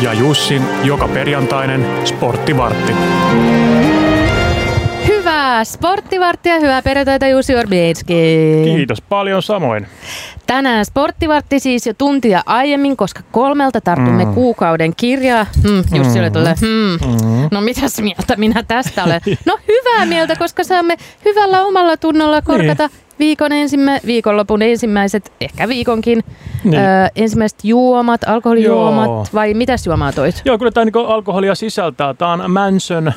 ja Jussin joka perjantainen sporttivartti. Hyvää sporttivarttia ja hyvää perjantaita Jussi Orbinski. Kiitos paljon samoin. Tänään sporttivartti siis jo tuntia aiemmin, koska kolmelta tartumme mm. kuukauden kirjaa. Mm, Jussi mm. oli tuolle, mm. mm. no mitäs mieltä minä tästä olen? No hyvää mieltä, koska saamme hyvällä omalla tunnolla korkata niin. viikon ensimmä, viikonlopun ensimmäiset, ehkä viikonkin, Niin. niin. ö, ensimmäiset juomat, alkoholijuomat, Joo. Joo. vai mitäs juomaa toit? Joo, kyllä tämä niinku alkoholia sisältää. Tämä on Manson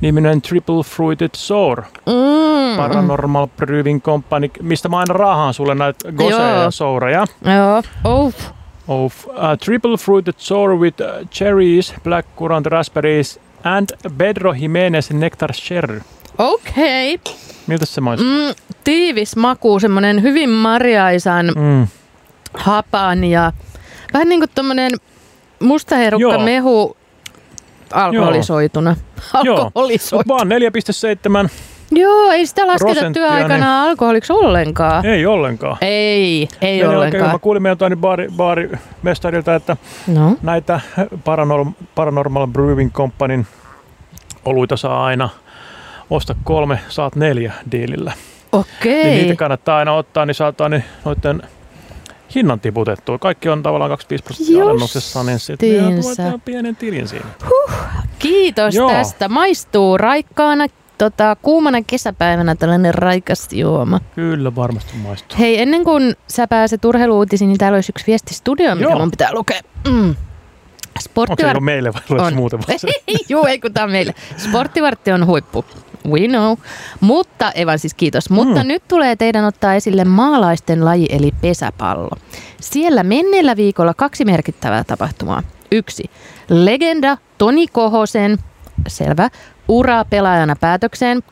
niminen Triple Fruited Sour, Mm. Paranormal Brewing Company, mistä mä aina rahaan sulle näitä goseja Joo. soureja. Joo, oh. Of uh, Triple Fruited Sour with uh, cherries, black currant, raspberries and Pedro Jimenez Nectar Sherry. okei. Okay. Miltä se maistuu? Mm, tiivis maku, semmoinen hyvin marjaisan Mm. hapan ja vähän niin kuin tommonen mustaherukka Joo. Joo. mehu alkoholisoituna. Joo. Alkoholisoitu. Vaan 4,7. Joo, ei sitä lasketa Prosenttia, niin. työaikana alkoholiksi ollenkaan. Ei ollenkaan. Ei, Meni ei oikein hyvin. ollenkaan. Mä kuulin joltain baari, baarimestarilta, että No, näitä Paranorm- Paranormal Brewing Companyn oluita saa aina osta kolme, saat neljä diilillä. Niin okei. niitä kannattaa aina ottaa, niin saat aina noiden hinnan tiputettua. Kaikki on tavallaan 25 prosenttia alennuksessa, niin sitten Justiinsa. joutuu laittamaan pienen tilin siinä. Kiitos Joo. tästä. Maistuu raikkaana, tota, kuumana kesäpäivänä tällainen raikas juoma. Kyllä varmasti maistuu. Hei, ennen kuin sä pääset urheiluutisiin, niin täällä olisi yksi viesti studioon, mikä Joo. mun pitää lukea. Mm. Onko se Sporttivar- joku meille vai oliko se On. muuten vaan se? Joo, ei kun tää on meillä. Sporttivartti on huippu. We know. Mutta, ei vaan siis kiitos, mutta Mm. mm. nyt tulee teidän ottaa esille maalaisten laji eli pesäpallo. Siellä menneellä viikolla kaksi merkittävää tapahtumaa. Yksi, legenda Toni Kohosen, selvä, ura pelaajana päätökseen,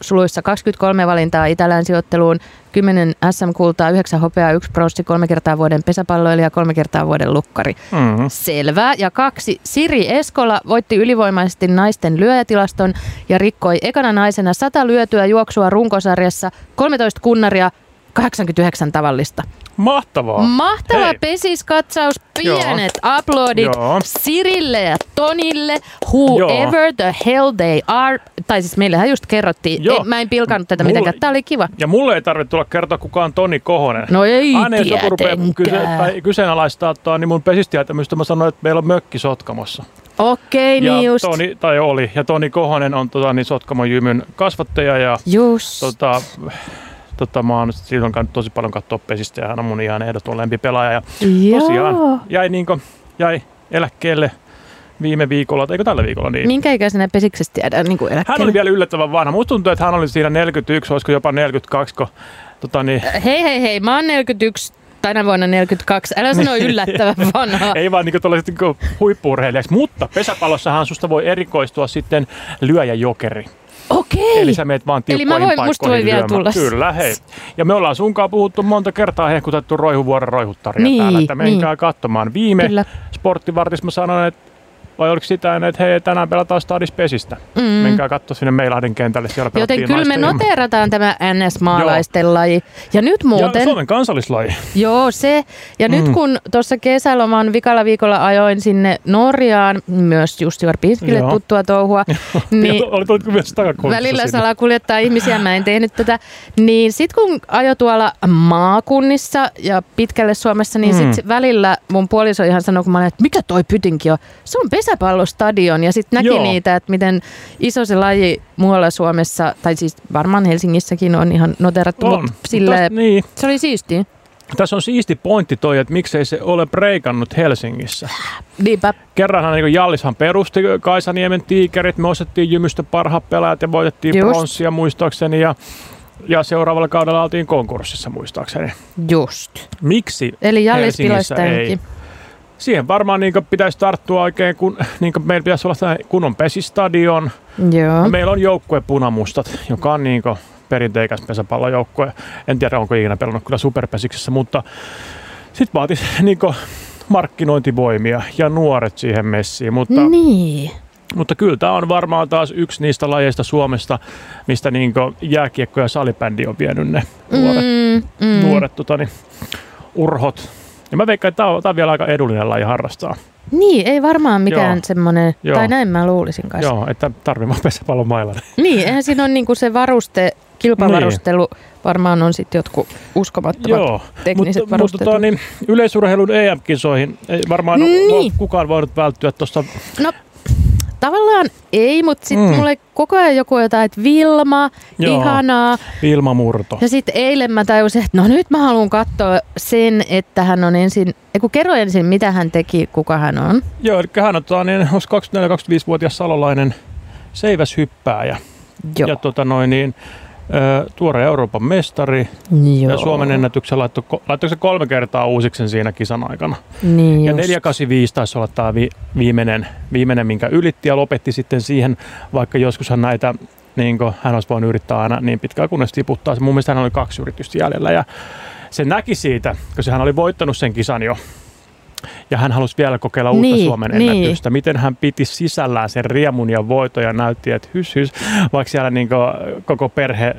suluissa 23 valintaa Itälänsijoitteluun, 10 SM-kultaa, 9 hopeaa, 1 pronssi, 3 kertaa vuoden pesäpalloilija, 3 kertaa vuoden lukkari. Mm. Selvä. Ja kaksi, Siri Eskola voitti ylivoimaisesti naisten lyöjätilaston ja rikkoi ekana naisena 100 lyötyä juoksua runkosarjassa, 13 kunnaria, 89 tavallista. Mahtavaa. Mm. Mahtava Oh. Hei. pesiskatsaus, Joo. pienet Joo. uploadit Joo. Sirille ja Tonille, whoever Joo. the hell they are. Tai siis meillähän just kerrottiin, Joo. Joo. mä en pilkannut tätä Mulla- mitenkään, tämä oli kiva. Ja mulle ei tarvitse tulla kertoa kukaan Toni Kohonen. No ei Aina jos niin, joku rupeaa tietenkään. kyse, tai kyseenalaistaa tuo, niin mun pesistietämystä mä sanoin, että meillä on mökki Sotkamossa. Okei, ja niin just. Toni, tai oli. Ja Toni Kohonen on tota, niin Sotkamon jymyn kasvattaja ja Just. tota, tota, mä oon silloin käynyt tosi paljon katsoa pesistä ja hän on mun ihan ehdoton lempipelaaja. Ja Joo. tosiaan jäi, niinkö, jäi eläkkeelle viime viikolla, tai eikö tällä viikolla niin? Minkä ikäisenä pesiksestä jäädään niin Hän oli vielä yllättävän vanha. Musta tuntuu, että hän oli siinä 41, olisiko jopa 42, kun tota, niin, Hei hei hei, mä oon 41, tänä vuonna 42. Älä sano yllättävän vanhaa. Niin. Ei vaan niinku tuollaiset niinku huippuurheilijaksi, mutta pesäpallossahan susta voi erikoistua sitten lyöjäjokeri. Okei. Eli sä meet vaan Eli mä tiukkoihin voin- musta voi paikkoihin vielä lyömään. tulla. Kyllä, hei. Ja me ollaan sunkaan puhuttu monta kertaa hehkutettu Roihuvuoren roihuttaria Niin, täällä, että niin. menkää katsomaan. Viime Kyllä. Kyllä. sporttivartissa mä sanoin, että vai oliko sitä ennen, että hei, tänään pelataan Stadis Pesistä. Mm. Mm. Menkää katsoa sinne Meilahden kentälle, siellä Joten pelattiin kyllä me naisten- noterataan tämä NS-maalaisten laji. Ja nyt ja Mm. muuten, Suomen kansallislaji. joo se, ja nyt kun tuossa kesäloman vikalla viikolla ajoin sinne Norjaan, myös Jussi Orpinskille Joo. tuttua touhua, niin Oli tullut myös takakontissa Välillä sinne. salaa kuljettaa ihmisiä, mä en tehnyt tätä. Niin sit kun ajo tuolla maakunnissa ja pitkälle Suomessa, niin Mm. sit se- välillä mun puoliso ihan sanoi, kun mä olin, että mikä toi pytinki on? Se on pesäpallostadion. Ja sit näki Joo. Joo. niitä, että miten iso se laji muualla Suomessa, tai siis varmaan Helsingissäkin on ihan noterattu. on. mutta Sille, Tästä- niin, se oli siistiä. Tässä on siisti pointti toi, että miksei se ole breikannut Helsingissä. Niinpä. Kerranhan niin Jallishan perusti Kaisaniemen tiikerit, me ostettiin Jymystä parhaat pelaajat ja voitettiin Just. pronssia muistaakseni ja, ja seuraavalla kaudella oltiin konkurssissa muistaakseni. Just. Miksi? Eli Jallis Helsingissä pilaisi ei. tämänkin. Siihen varmaan niin pitäisi tarttua oikein, kun niin meillä pitäisi olla sellainen kunnon pesistadion. Joo. Meillä on joukkue punamustat, joka on niin perinteikäs pesäpallojoukkue. En tiedä, onko ikinä pelannut kyllä superpesiksessä, mutta sitten vaatisi niin markkinointivoimia ja nuoret siihen messiin. Mutta, mm. Niin. mutta kyllä tämä on varmaan taas yksi niistä lajeista Suomesta, mistä niin jääkiekko ja salibändi on vienyt ne nuoret, Mm, mm. mm. nuoret tota, niin, urhot Ja mä veikkaan, että tämä on, tää on vielä aika edullinen laji harrastaa. Niin, ei varmaan mikään Joo. semmoinen, Joo. tai näin mä luulisin kanssa. Joo, että tarvii vaan pesäpallon mailan. Niin, eihän siinä ole niinku se varuste, kilpavarustelu, niin. varmaan on sitten jotkut uskomattomat Joo, tekniset mutta, mutta varusteet. tota, niin, yleisurheilun EM-kisoihin ei varmaan Niin. niin. kukaan voinut välttyä tuosta. No tavallaan ei, mutta sitten mm. Mm. mulle koko ajan joku jotain, että Vilma, Joo. Joo. ihanaa. Ilmamurto. Ja sitten eilen mä tajusin, että no nyt mä haluan katsoa sen, että hän on ensin, ei kun kerro ensin mitä hän teki, kuka hän on. Joo, eli hän on tota, niin, 24-25-vuotias salolainen seiväshyppääjä. Joo. Ja tota, noin, niin, ö, tuore Euroopan mestari Joo. Joo. ja Suomen ennätyksen laittoi, ko- laittoi se kolme kertaa uusiksi sen siinä kisan aikana. Niin Ja just. 485 taisi olla tämä vi- viimeinen, viimeinen, minkä ylitti ja lopetti sitten siihen, vaikka joskushan näitä niin kuin hän olisi voinut yrittää aina niin pitkään, kunnes tiputtaa. se. Mun mielestä hän oli kaksi yritystä jäljellä ja se näki siitä, koska hän oli voittanut sen kisan jo. Ja hän halusi vielä kokeilla uutta Niin, niin, Suomen niin. ennätystä. Miten hän piti sisällään sen riemun ja voiton ja näytti, että hys hys, vaikka siellä niin kuin, koko perhe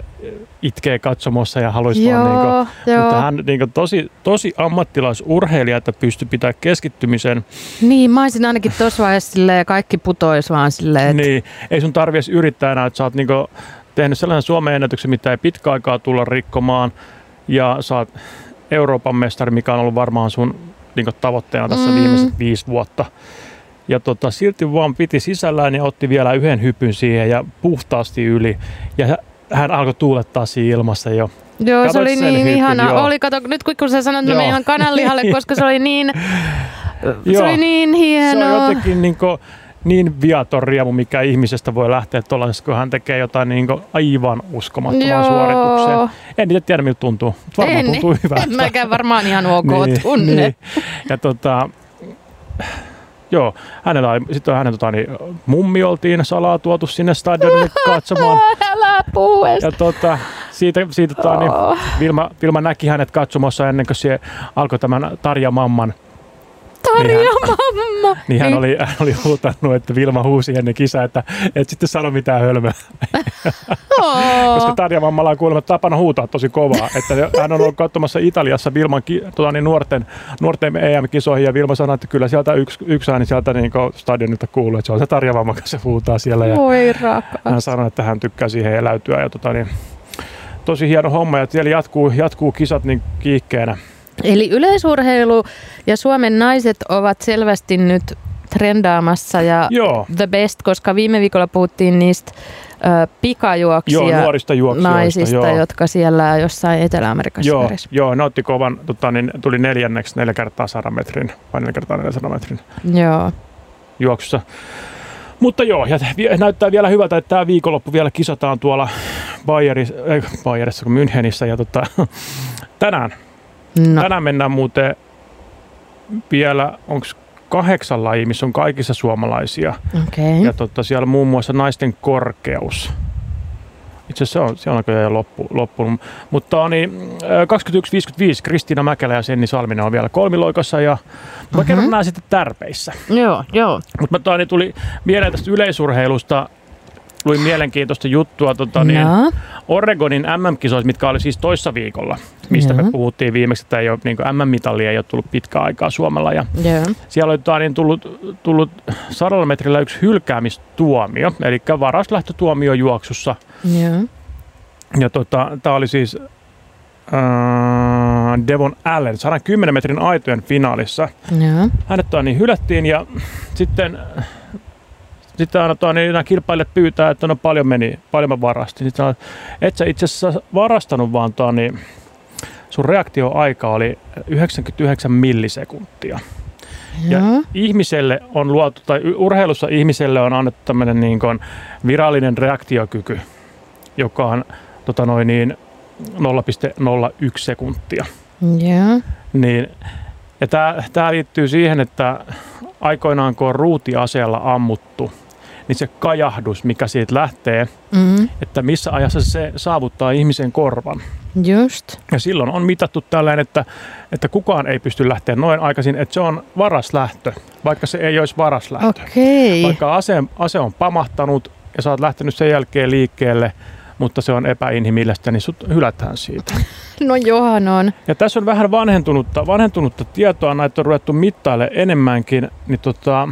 itkee katsomossa ja haluaisi vaan niin kuin, Joo, mutta joo. hän niin kuin, tosi, tosi ammattilaisurheilija, että pystyy pitämään keskittymisen. Niin, mä olisin ainakin tuossa vaiheessa silleen, kaikki putois vaan silleen, että Niin, ei sun tarvi edes yrittää enää, että sä oot niin kuin, tehnyt sellaisen Suomen ennätyksen, mitä ei pitkä aikaa tulla rikkomaan. Ja sä oot Euroopan mestari, mikä on ollut varmaan sun niin kuin, tavoitteena tässä Mm. mm. viimeiset viisi vuotta. Ja tota, silti vaan piti sisällään ja otti vielä yhden hypyn siihen ja puhtaasti yli. Ja hä- hän alkoi tuulettaa siinä ilmassa jo. Joo, se Katsoit oli sen niin hypyn, ihana. joo. Oli, kato, nyt kun sä sanoit, että mä Joo. menen ihan kananlihalle, koska se oli niin, se Joo. oli niin Se on hienoa. jotenkin niin, kuin, niin viaton riemu, mikä ihmisestä voi lähteä tuollaisessa, kun hän tekee jotain niin kuin aivan uskomattoman Joo. suorituksen. En itse tiedä, miltä tuntuu, mutta varmaan En, niin- tuntuu hyvältä. Niin, En mäkään varmaan ihan ok tunne. Ja tota, Joo, hänellä, oli- sitten hänen tota, niin, mummi oltiin salaa tuotu sinne stadionille katsomaan. Älä puhu edes. Ja tota, siitä, siitä tota, niin, Oh. Vilma, Vilma, näki hänet katsomassa ennen kuin se alkoi tämän Tarja Mamman Tarja Niin mamma. Niin hän Niin. oli, hän oli huutanut, että Vilma huusi ennen kisaa, että et sitten sano mitään hölmöä. Oo. Koska Tarja Mammalla on kuulemma tapana huutaa tosi kovaa. Että hän on ollut katsomassa Italiassa Vilman ki, tota, niin nuorten, nuorten EM-kisoihin ja Vilma sanoi, että kyllä sieltä yksi, yksi ääni sieltä niin stadionilta kuuluu. Että se on se Tarja Mamma, kun se huutaa siellä. Ja Voi hän rakas. sanoi, että hän tykkää siihen eläytyä. Ja, tota, niin, tosi hieno homma ja siellä jatkuu, jatkuu kisat niin kiihkeänä. Eli yleisurheilu ja Suomen naiset ovat selvästi nyt trendaamassa ja Joo, the best, koska viime viikolla puhuttiin niistä ö, joo pikajuoksija nuorista juoksijoista. naisista, joo. jotka siellä jossain Etelä-Amerikassa Joo, pärjäs. joo, ne otti kovan, tota, niin tuli neljänneksi neljä kertaa 100 metrin, vai neljä kertaa 400 metrin Joo. juoksussa. Mutta joo, ja vi- näyttää vielä hyvältä, että tämä viikonloppu vielä kisataan tuolla Bayerissa, ei, Bayerissa kun Münchenissä. Ja tota, tänään, no. No. tänään mennään muuten vielä, onko kahdeksan lajia, missä on kaikissa suomalaisia. Okei. Ja tota, siellä on muun muassa naisten korkeus. Itse asiassa se on, se on näköjään jo loppu, loppunut. Mutta niin, äh, 21.55 Kristiina Mäkelä ja Senni Salminen on vielä kolmiloikassa. Ja, mä Mhm. kerron nämä sitten tärpeissä. Joo, joo. Mutta mä tota, niin tuli mieleen tästä yleisurheilusta. Luin mielenkiintoista juttua tota, niin, Joo. Oregonin MM-kisoissa, mitkä oli siis toissa viikolla, mistä Joo. me puhuttiin viimeksi, että ei ole, niin MM-mitalia ei ole tullut pitkään aikaa Suomella. Ja Joo. siellä oli tota, niin tullut, tullut sadalla metrillä yksi hylkäämistuomio, eli varaslähtötuomio juoksussa. Joo. Ja tota, tämä oli siis äh, Devon Allen 110 metrin aitojen finaalissa. Joo. Hänet tota, niin hylättiin ja sitten sitten aina tota, niin nämä kilpailijat pyytää, että no paljon meni, paljon mä varastin. Sitten sanoin, et sä itse asiassa varastanut, vaan tota, niin sun reaktioaika oli 99 millisekuntia. Ja- Joo. ihmiselle on luotu, tai y- urheilussa ihmiselle on annettu tämmöinen niin kuin virallinen reaktiokyky, joka on tota noin niin 0,01 sekuntia. Joo. Niin, ja tämä liittyy siihen, että aikoinaan kun on ruutiaseella ammuttu, niin se kajahdus, mikä siitä lähtee, Mm. että missä ajassa se saavuttaa ihmisen korvan. Just. Ja silloin on mitattu tällainen, että, että kukaan ei pysty lähteä noin aikaisin, että se on varas lähtö, vaikka se ei olisi varas lähtö. Okei. Vaikka ase, ase on pamahtanut ja sä oot lähtenyt sen jälkeen liikkeelle, mutta se on epäinhimillistä, niin sut hylätään siitä. No johan on. Ja tässä on vähän vanhentunutta, vanhentunutta tietoa, näitä on ruvettu mittaille enemmänkin, niin tota,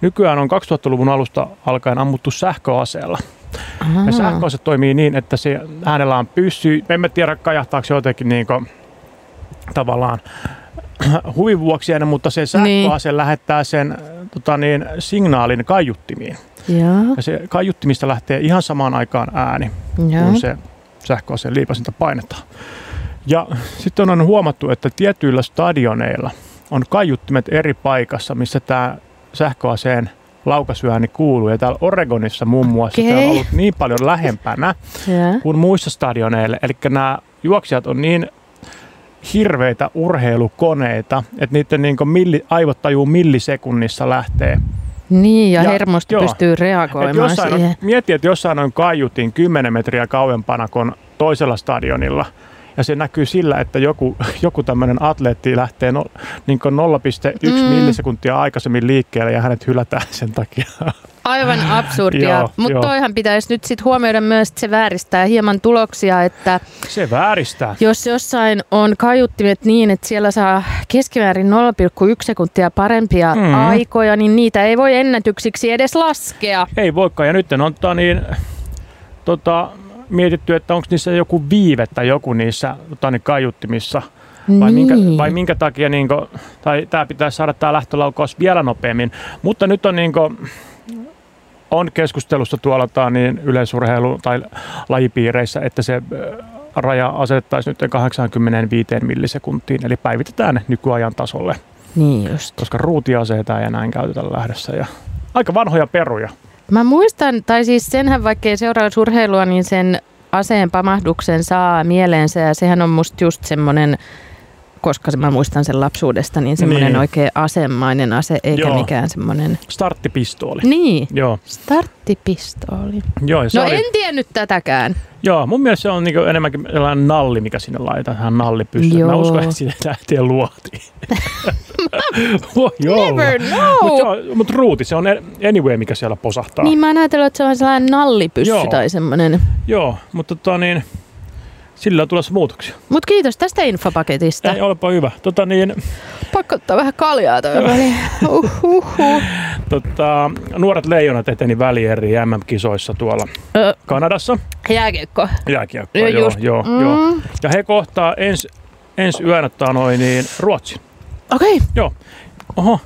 nykyään on 2000-luvun alusta alkaen ammuttu sähköaseella. Ahaa. Ja sähköase toimii niin, että se, hänellä on pyssy. Me emme tiedä, kajahtaako se jotenkin niin kuin, tavallaan huvin vuoksi aina, mutta se sähköase niin. lähettää sen tota niin, signaalin kaiuttimiin. Joo, Ja se kaiuttimista lähtee ihan samaan aikaan ääni, Joo. joo. kun se sähköaseen liipasinta painetaan. Ja sitten on huomattu, että tietyillä stadioneilla on kaiuttimet eri paikassa, missä tämä sähköaseen laukasyöni kuuluu. Ja täällä Oregonissa muun muassa okay. se Okei. on ollut niin paljon lähempänä Joo. kuin muissa stadioneilla. Eli nämä juoksijat on niin hirveitä urheilukoneita, että niiden niin milli, aivot tajuu millisekunnissa lähtee. Niin, ja, Ja- ja hermosto joo. pystyy Et reagoimaan jossain on, siihen. mieti, että jossain on kaiutin 10 metriä kauempana kuin toisella stadionilla. Ja se näkyy sillä, että joku, joku tämmöinen atleetti lähtee no, niin 0,1 mm. Mm. millisekuntia aikaisemmin liikkeelle ja hänet hylätään sen takia. Aivan absurdia, Joo, mutta joo. toihan pitäisi nyt sitten huomioida myös, että se vääristää hieman tuloksia, että Se vääristää. jos jossain on kaiuttimet niin, että siellä saa keskimäärin 0,1 sekuntia parempia Mm. mm. aikoja, niin niitä ei voi ennätyksiksi edes laskea. Ei voikaan. Ja nyt on tota, niin, tota, mietitty, että onko niissä joku viive tai joku niissä tota, niin kaiuttimissa. Vai, minkä, niin. vai minkä takia niin kuin, tai tämä pitäisi saada tämä lähtölaukaus vielä nopeammin. Mutta nyt on, niin kuin, on keskustelussa tuolla tai niin yleisurheilu- tai lajipiireissä, että se ö, raja asetettaisiin nyt 85 millisekuntiin, eli päivitetään nykyajan tasolle, niin just. koska ruutiaseita ei enää käytetä lähdössä. Ja aika vanhoja peruja. Mä muistan, tai siis senhän vaikkei seuraa urheilua, niin sen aseen pamahduksen saa mieleensä ja sehän on musta just semmoinen, koska se- mä muistan sen lapsuudesta, niin semmoinen Niin. niin. oikein asemainen ase, eikä Joo. Joo. mikään semmoinen. Starttipistooli. Niin, Joo, starttipistooli. joo, ja se No oli, en tiennyt tätäkään. joo, mun mielestä se on niinku enemmänkin sellainen nalli, mikä sinne laitetaan, ihan nalli pystyy. Mä Joo. uskon, että sinne lähtee luotiin. Voi olla. Never know! Mutta mut ruuti, se on e- anyway, mikä siellä posahtaa. Niin mä oon ajatellut, että se on sellainen nallipyssy Joo. Joo. tai semmoinen. Joo, mutta tota niin, sillä on tulossa muutoksia. Mut kiitos tästä infopaketista. Ei, olepa hyvä. Tota niin, Pakko ottaa vähän kaljaa toi väliin. Uh. Uhuhu. tota, nuoret leijonat eteni välieri MM-kisoissa tuolla Ö, Kanadassa. Jääkiekko. Jääkiekkoa, Joo, joo, just. joo, Mm. joo. Ja he kohtaa ensi ens yönä tota noin, niin Ruotsin. Okei, Joo. Oho.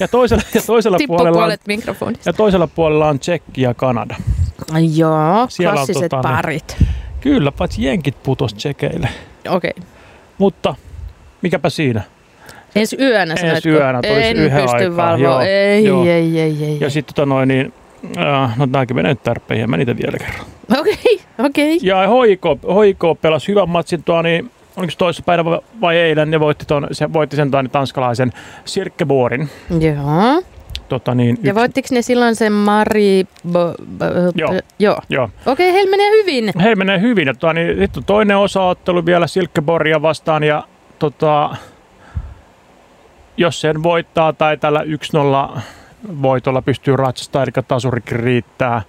Ja toisella, ja toisella tippu puolella on, puolet mikrofonista. ja toisella puolella on Tsekki ja Kanada. Ai Joo, Siellä on klassiset tota ne- parit. Kyllä, paitsi jenkit putos Tsekeille. Okei. Mutta mikäpä siinä. Ensi yönä Ensi sanoitko? yönä tulisi En yhden aikaan, pysty joo, valvoa. Ei, joo. ei, ei, ei, ei. Ja sitten tota noin, niin, äh, no tämäkin menee nyt tarpeen, ja mä niitä vielä kerran. Okei, okei. Ja HIK, HIK pelasi hyvän matsin tuo, niin oliko se toissapäivänä vai, vai eilen, ne voitti, ton, se, voitti sen tani tanskalaisen Sirkkeborin. Joo. Tota niin, Ja voittiko ne silloin sen Mari... Bo, bo, Joo. joo. Joo. Okei, heillä menee hyvin. Hei, menee hyvin. Ja, tota, niin, sitten on toinen osaottelu vielä Silkeborgia vastaan ja tota, jos sen voittaa tai tällä 1-0 voitolla pystyy ratsastamaan, eli tasurikin riittää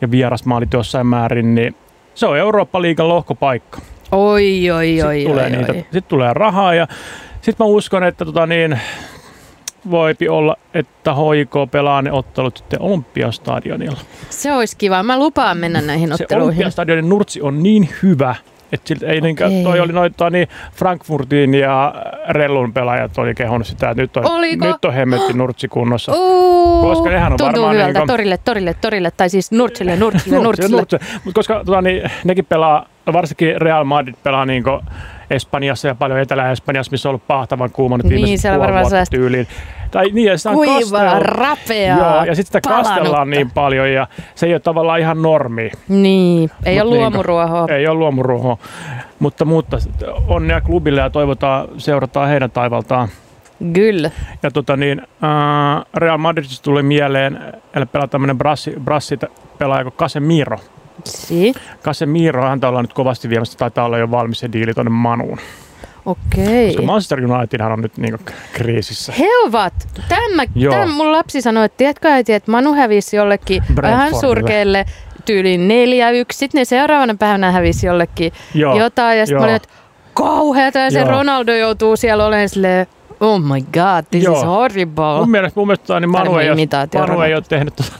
ja vierasmaalit jossain määrin, niin se on Eurooppa-liigan lohkopaikka. Oi, oi, Sitten oi, tulee, oi, niitä, oi. Sit tulee rahaa ja sitten mä uskon, että tota niin, voipi olla, että HIK pelaa ne ottelut sitten Olympiastadionilla. Se olisi kiva. Mä lupaan mennä näihin Se otteluihin. Olympiastadionin nurtsi on niin hyvä, että siltä ei niinkään, Okei. toi oli noita niin Frankfurtin ja äh, Rellun pelaajat oli kehonnut sitä, että nyt on, Oliko? nyt on hemmetti nurtsi kunnossa. Uu, Koska nehän on tuntuu varmaan hyvältä. niinku- Torille, torille, torille. Tai siis nurtsille, nurtsille, Nurtsille, nurtsille. nurtsille. Mut koska tota, niin, nekin pelaa, varsinkin Real Madrid pelaa niin Espanjassa ja paljon Etelä-Espanjassa, missä on ollut pahtavan kuuma nyt Niin, viimeiset siellä puoli varmaan vuotta sellaista tyyliin. Tai niin, ja sitä on Kuivaa, kastellut. rapeaa, Joo, ja sitten sitä kastellaan palanutta. niin paljon ja se ei ole tavallaan ihan normi. Niin, ei Mut ole niinkö? luomuruohoa. Ei ole luomuruoho, mutta, mutta onnea klubille ja toivotaan, seurataan heidän taivaltaan. Kyllä. Ja tota niin, äh, Real Madridista tuli mieleen, eli pelaa tämmöinen brassi, brassi pelaaja kuin Casemiro. Si. Casemiro, häntä ollaan nyt kovasti viemässä, taitaa olla jo valmis se diili tuonne Manuun. Okei. Koska Manchester Unitedhan on nyt niinku kriisissä. He ovat. Tämä, Joo. tämän mun lapsi sanoi, että tiedätkö äiti, että Manu hävisi jollekin Brentfordille. ihan surkeelle tyyliin 4-1. Sitten ne seuraavana päivänä hävisi jollekin Joo, Joo. jotain. Ja joo. sitten olin, että kauheata. Ja se Joo. Ronaldo joutuu siellä olemaan silleen, oh my god, this Joo. is horrible. Mun mielestä, mun mielestä niin Manu, Tarmo ei ole, imitaatio Manu ei Ronaldo. ole tehnyt tota,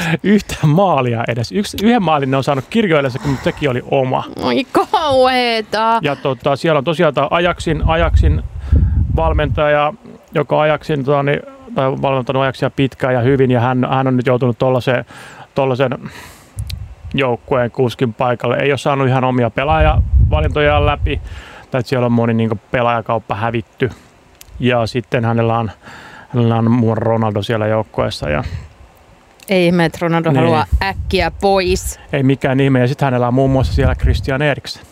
yhtään maalia edes. Yksi, yhden maalin ne on saanut kirjoillensa, kun sekin oli oma. Oi kauheeta. Ja tota, siellä on tosiaan tämä Ajaksin, Ajaksin valmentaja, joka Ajaksin, tota, niin, tai on valmentanut Ajaksia pitkään ja hyvin, ja hän, hän on nyt joutunut tollaiseen, tollaiseen joukkueen kuskin paikalle. Ei ole saanut ihan omia pelaajavalintojaan läpi, tai että siellä on moni niin pelaajakauppa hävitty. Ja sitten hänellä on, hänellä on muun Ronaldo siellä joukkueessa ja Ei ihme, että Ronaldo Niin. haluaa äkkiä pois. ei mikään ihme. Ja sitten hänellä on muun muassa siellä Christian Eriksen.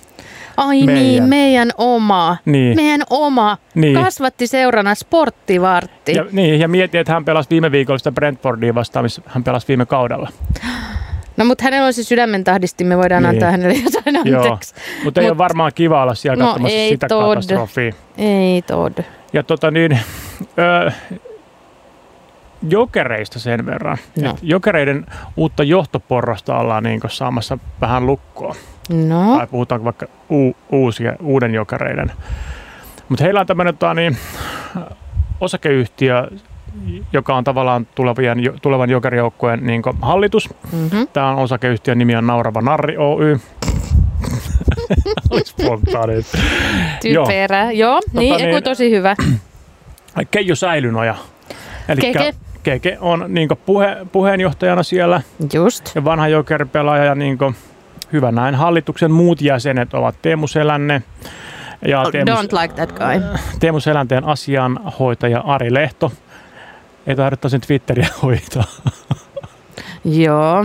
Ai Meidän. meidän. niin, meidän oma. Niin. Meidän oma. Niin. Kasvatti seurana sporttivartti. Ja, niin, ja mietin, että hän pelasi viime viikolla sitä Brentfordia vastaan, missä hän pelasi viime kaudella. No mutta hänellä on se sydämen tahdisti, me voidaan Niin. niin. antaa hänelle jotain anteeksi. Mutta ei Mut- ole varmaan kiva olla siellä No katsomassa ei sitä tod. katastrofia. Ei Todd. Ja tota niin, ö, jokereista sen verran. No. että Jokereiden uutta johtoporrasta ollaan niin saamassa vähän lukkoa. No, Tai puhutaanko vaikka u, uusia, uuden jokereiden. Mutta heillä on tämmöinen tota, niin, osakeyhtiö, joka on tavallaan tulevien, tulevan jokerijoukkueen niin hallitus. mhm. Tämä on osakeyhtiön nimi on Naurava Narri Oy. Oli spontaani. typerä. Joo, niin, niin- niin, tosi hyvä. Keijo Säilynoja. Elikkä Keke. Keke on niin puhe, puheenjohtajana siellä Just. ja vanha jokerpelaaja ja niin hyvä näin. Hallituksen muut jäsenet ovat Teemu Selänne ja Teemu, Oh, Don't like that guy. Teemu Selänteen asianhoitaja Ari Lehto. Ei tarvitse sen Twitteriä hoitaa. Joo,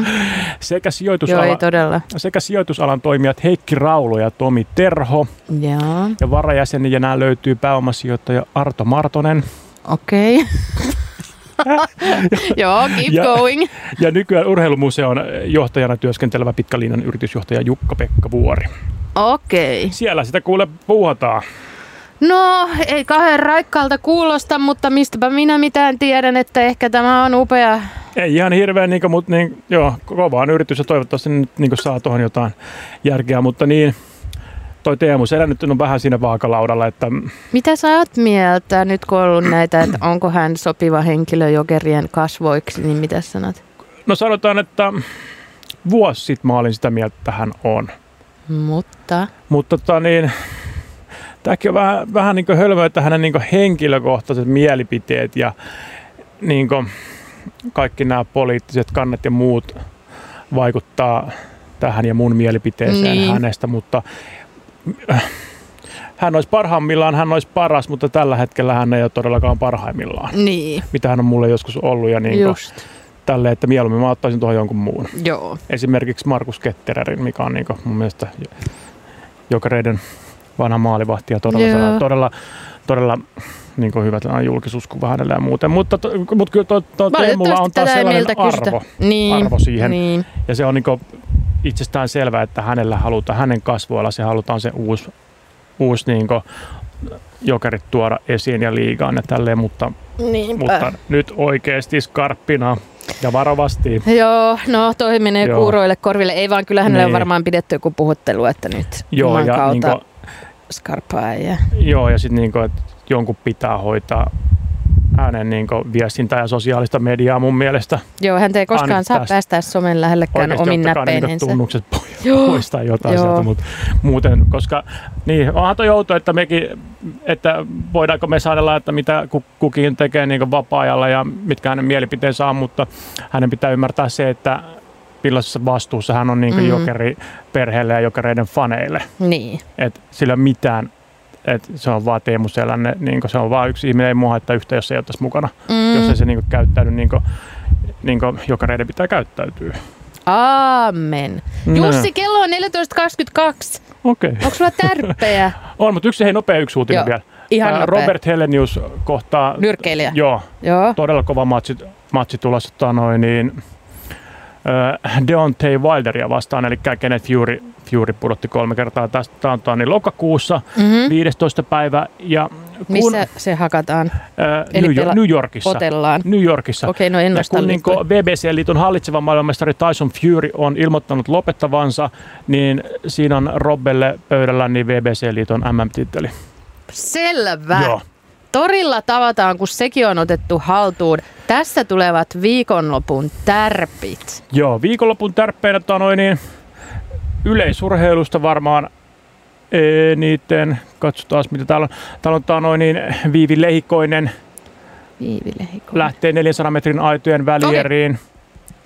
Sekä joo ei sijoitusala, todella. sekä sijoitusalan toimijat Heikki Raulo ja Tomi Terho. Joo, Ja varajäseninä löytyy pääomasijoittaja Arto Martonen. okei. Joo, keep Ja- going. Ja nykyään urheilumuseon johtajana työskentelevä Pitkälinnan yritysjohtaja Jukka-Pekka Vuori. Okei. Siellä sitä kuule puuhataan. No, ei kauhean raikkaalta kuulosta, mutta mistäpä minä mitään tiedän, että ehkä tämä on upea. Ei ihan hirveän, niin mutta niin, joo, kovaan yritys ja toivottavasti ne nyt niin saa tuohon jotain järkeä, mutta niin, toi Teemu Selä nyt on vähän siinä vaakalaudalla, että mm, Mitä sä oot mieltä nyt, kun on ollut näitä, että onko hän sopiva henkilö jokerien kasvoiksi, niin mitä sanot? no sanotaan, että vuosi sitten mä olin sitä mieltä, että hän on. Mutta, Mutta tota niin, tämäkin on vähän, vähän niin hölmöä, että hänen niin henkilökohtaiset mielipiteet ja niin kaikki nämä poliittiset kannat ja muut vaikuttaa tähän ja mun mielipiteeseen niin. Niin. hänestä, mutta äh, hän olisi parhaimmillaan, hän olisi paras, mutta tällä hetkellä hän ei ole todellakaan parhaimmillaan. niin, Mitä hän on mulle joskus ollut ja niin just, tälle, että mieluummin mä ottaisin tuohon jonkun muun joo. esimerkiksi Markus Ketterärin, mikä on niin mun mielestä jokereiden vanha maalivahti ja todella, Joo. todella, todella, todella niin hyvä tällainen julkisuuskuva hänellä ja muuten. Mutta, to, mutta kyllä tuo, tuo Teemulla on taas Valitettavasti tätä ei sellainen meiltä kysytä. arvo, Niin, arvo siihen. Niin. ja se on niin itsestään selvää, että hänellä halutaan, hänen kasvoilla se halutaan se uusi, uusi niin jokerit tuoda esiin ja liigaan ja tälleen, mutta, Niinpä. mutta nyt oikeasti skarppina ja varovasti. Joo, no toi menee Joo. Joo. kuuroille korville. Ei vaan, kyllä hänelle Niin. on varmaan pidetty joku puhuttelu, että nyt Joo, maan ja kautta niin kuin, skarpaa ja... Joo, ja sitten niinku, että jonkun pitää hoitaa hänen niinku viestintää ja sosiaalista mediaa mun mielestä. Joo, hän ei koskaan Anna saa tästä. päästää somen lähellekään Oikeasti omin ottakaa niinku näppeinensä. tunnukset pois, Joo. pois tai jotain Joo. sieltä, mutta muuten, koska niin, onhan toi outo, että mekin, että voidaanko me saadella, että mitä ku- kukin tekee niinku vapaa-ajalla ja mitkä hänen mielipiteensä on, mutta hänen pitää ymmärtää se, että millaisessa vastuussa hän on niinku Mm. mm. jokeri perheelle ja jokereiden faneille. Niin, et sillä ei ole mitään, et se on vaan Teemu Selänne, niin se on vaan yksi ihminen, ei mua haittaa yhtä, jos ei ole tässä mukana, mm. jos ei mm. se niin käyttäydy niin kuin, niin kuin jokareiden pitää käyttäytyä. Aamen. Jussi, kello on 14.22. Okei. Okay. Onko sulla tärpeä? On, mutta yksi hei nopea yksi uutinen Joo, vielä. Ihan Tää nopea. Robert Helenius kohtaa... Nyrkeilijä. Joo, Joo. todella kova matsi, matsi tulossa tota noin, niin, ö, Deontay Wilderia vastaan, eli Kenneth Fury, Fury pudotti kolme kertaa tästä tämä on tota niin lokakuussa. Mm-hmm. 15. päivä ja Mhm. Missä se hakataan? Ää, Eli New, York, pela- New Yorkissa. Otellaan. New Yorkissa. Okei, no en Ja osta kun niin liittyä. BBC-liiton hallitseva maailmanmestari Tyson Fury on ilmoittanut lopettavansa, niin siinä on Robbelle pöydällä niin BBC-liiton MM-titteli. Selvä. Joo. Torilla tavataan, kun sekin on otettu haltuun. Tässä tulevat viikonlopun tärpit. Joo, viikonlopun tärppeinä tota noin, niin yleisurheilusta varmaan eniten. Katsotaan, mitä täällä on. Täällä on tota noin, niin Viivi Lehikoinen Viivilehikolla. lähtee 400 metrin aitojen välieriin.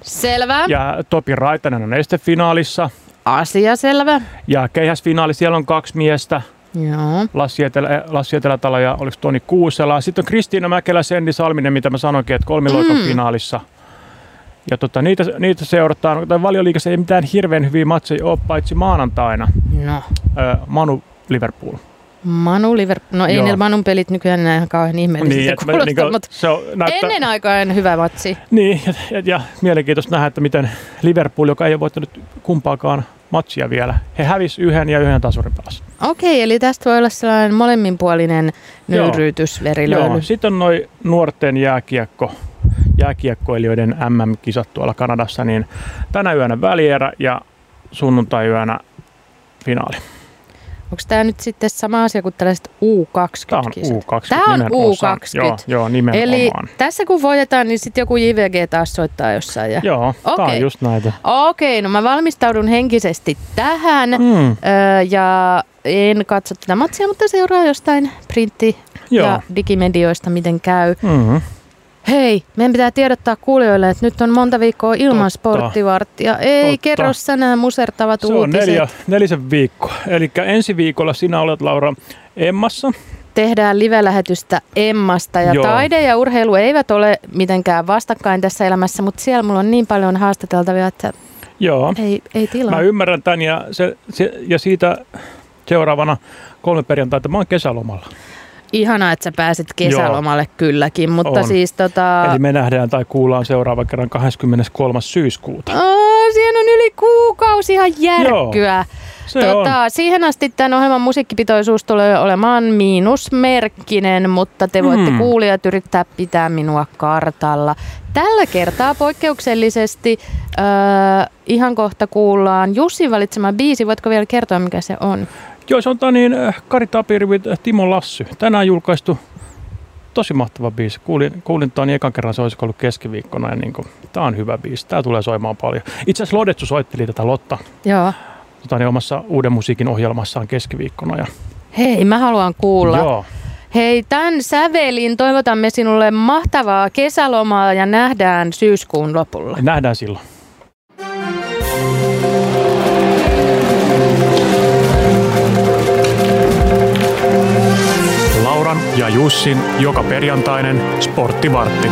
Selvä. Ja. Ja Topi Raitanen on estefinaalissa. Asia selvä. Ja keihäsfinaali, siellä on kaksi miestä. Joo. Lassi, Etelä, eh, Lassi Etelätalo ja oliko Toni Kuusela. Sitten on Kristiina Mäkelä, Sendi Salminen, mitä mä sanoinkin, että kolmiloikan Mm. mm. finaalissa. Ja tota, niitä, niitä seurataan. Tai valioliikassa ei mitään hirveän hyviä matseja ole, paitsi maanantaina. No. Ö, Manu Liverpool. Manu Liverpool. No ei Joo. ne Manun pelit nykyään näin kauhean ihmeellisiltä niin, että mä- kuulosta, niinku, mutta se on, näyttä, ennen aikaan hyvä matsi. niin, ja, ja, ja, mielenkiintoista nähdä, että miten Liverpool, joka ei ole voittanut kumpaakaan matsia vielä. He hävisi yhden ja yhden tasurin pelasi. Okei, eli tästä voi olla sellainen molemminpuolinen Joo. nöyryytys, Joo, verilöyly. sitten on noi nuorten jääkiekko, jääkiekkoilijoiden MM-kisat tuolla Kanadassa, niin tänä yönä välierä ja sunnuntai yönä finaali. Onko tämä nyt sitten sama asia kuin tällaiset Tämä on U20-kisat? U20. Tää on nimenomaan. U20. Joo, joo Eli nimenomaan. Eli... tässä kun voitetaan, niin sitten joku JVG taas soittaa jossain. Ja... Joo, tämä Okei. on just näitä. Okei, no mä valmistaudun henkisesti tähän. Mm, Öö, ja en katso tätä matsia, mutta seuraa jostain printti- joo. ja digimedioista, miten käy. Mm-hmm. Hei, meidän pitää tiedottaa kuulijoille, että nyt on monta viikkoa ilman Totta. sporttivarttia. Ei Totta. kerro sä nämä musertavat Se on uutiset. neljä, nelisen viikkoa. Eli ensi viikolla sinä olet, Laura, Emmassa. Tehdään live-lähetystä Emmasta. Ja Joo. taide ja urheilu eivät ole mitenkään vastakkain tässä elämässä, mutta siellä mulla on niin paljon haastateltavia, että Joo. ei, ei tilaa. Mä ymmärrän tämän ja, se, se, ja siitä seuraavana kolme perjantaita mä oon kesälomalla. Ihana, että sä pääset kesälomalle kylläkin, mutta On. siis tota... Eli me nähdään tai kuullaan seuraavan kerran 23. syyskuuta. Aa, siihen on yli kuukausi ihan järkkyä. Se tota, Siihen asti tämän ohjelman musiikkipitoisuus tulee olemaan miinusmerkkinen, mutta te voitte Mm. kuulijat yrittää pitää minua kartalla. Tällä kertaa poikkeuksellisesti äh, ihan kohta kuullaan Jussin valitsema biisi. Voitko vielä kertoa, mikä se on? on. Joo, se on tää niin äh, Kari Tapiri with äh, Timo Lassy. Tänään julkaistu tosi mahtava biisi. Kuulin, kuulin tämän ekan kerran, se olisi ollut keskiviikkona. Ja niin kuin, tää on hyvä biisi, tää tulee soimaan paljon. Itse asiassa Lodetsu soitteli tätä Lotta Joo. tota, niin omassa uuden musiikin ohjelmassaan keskiviikkona. Ja, Hei, mä haluan kuulla. Joo, Hei, tämän sävelin toivotamme sinulle mahtavaa kesälomaa ja nähdään syyskuun lopulla. nähdään silloin. Lauran ja Jussin joka perjantainen sporttivartti.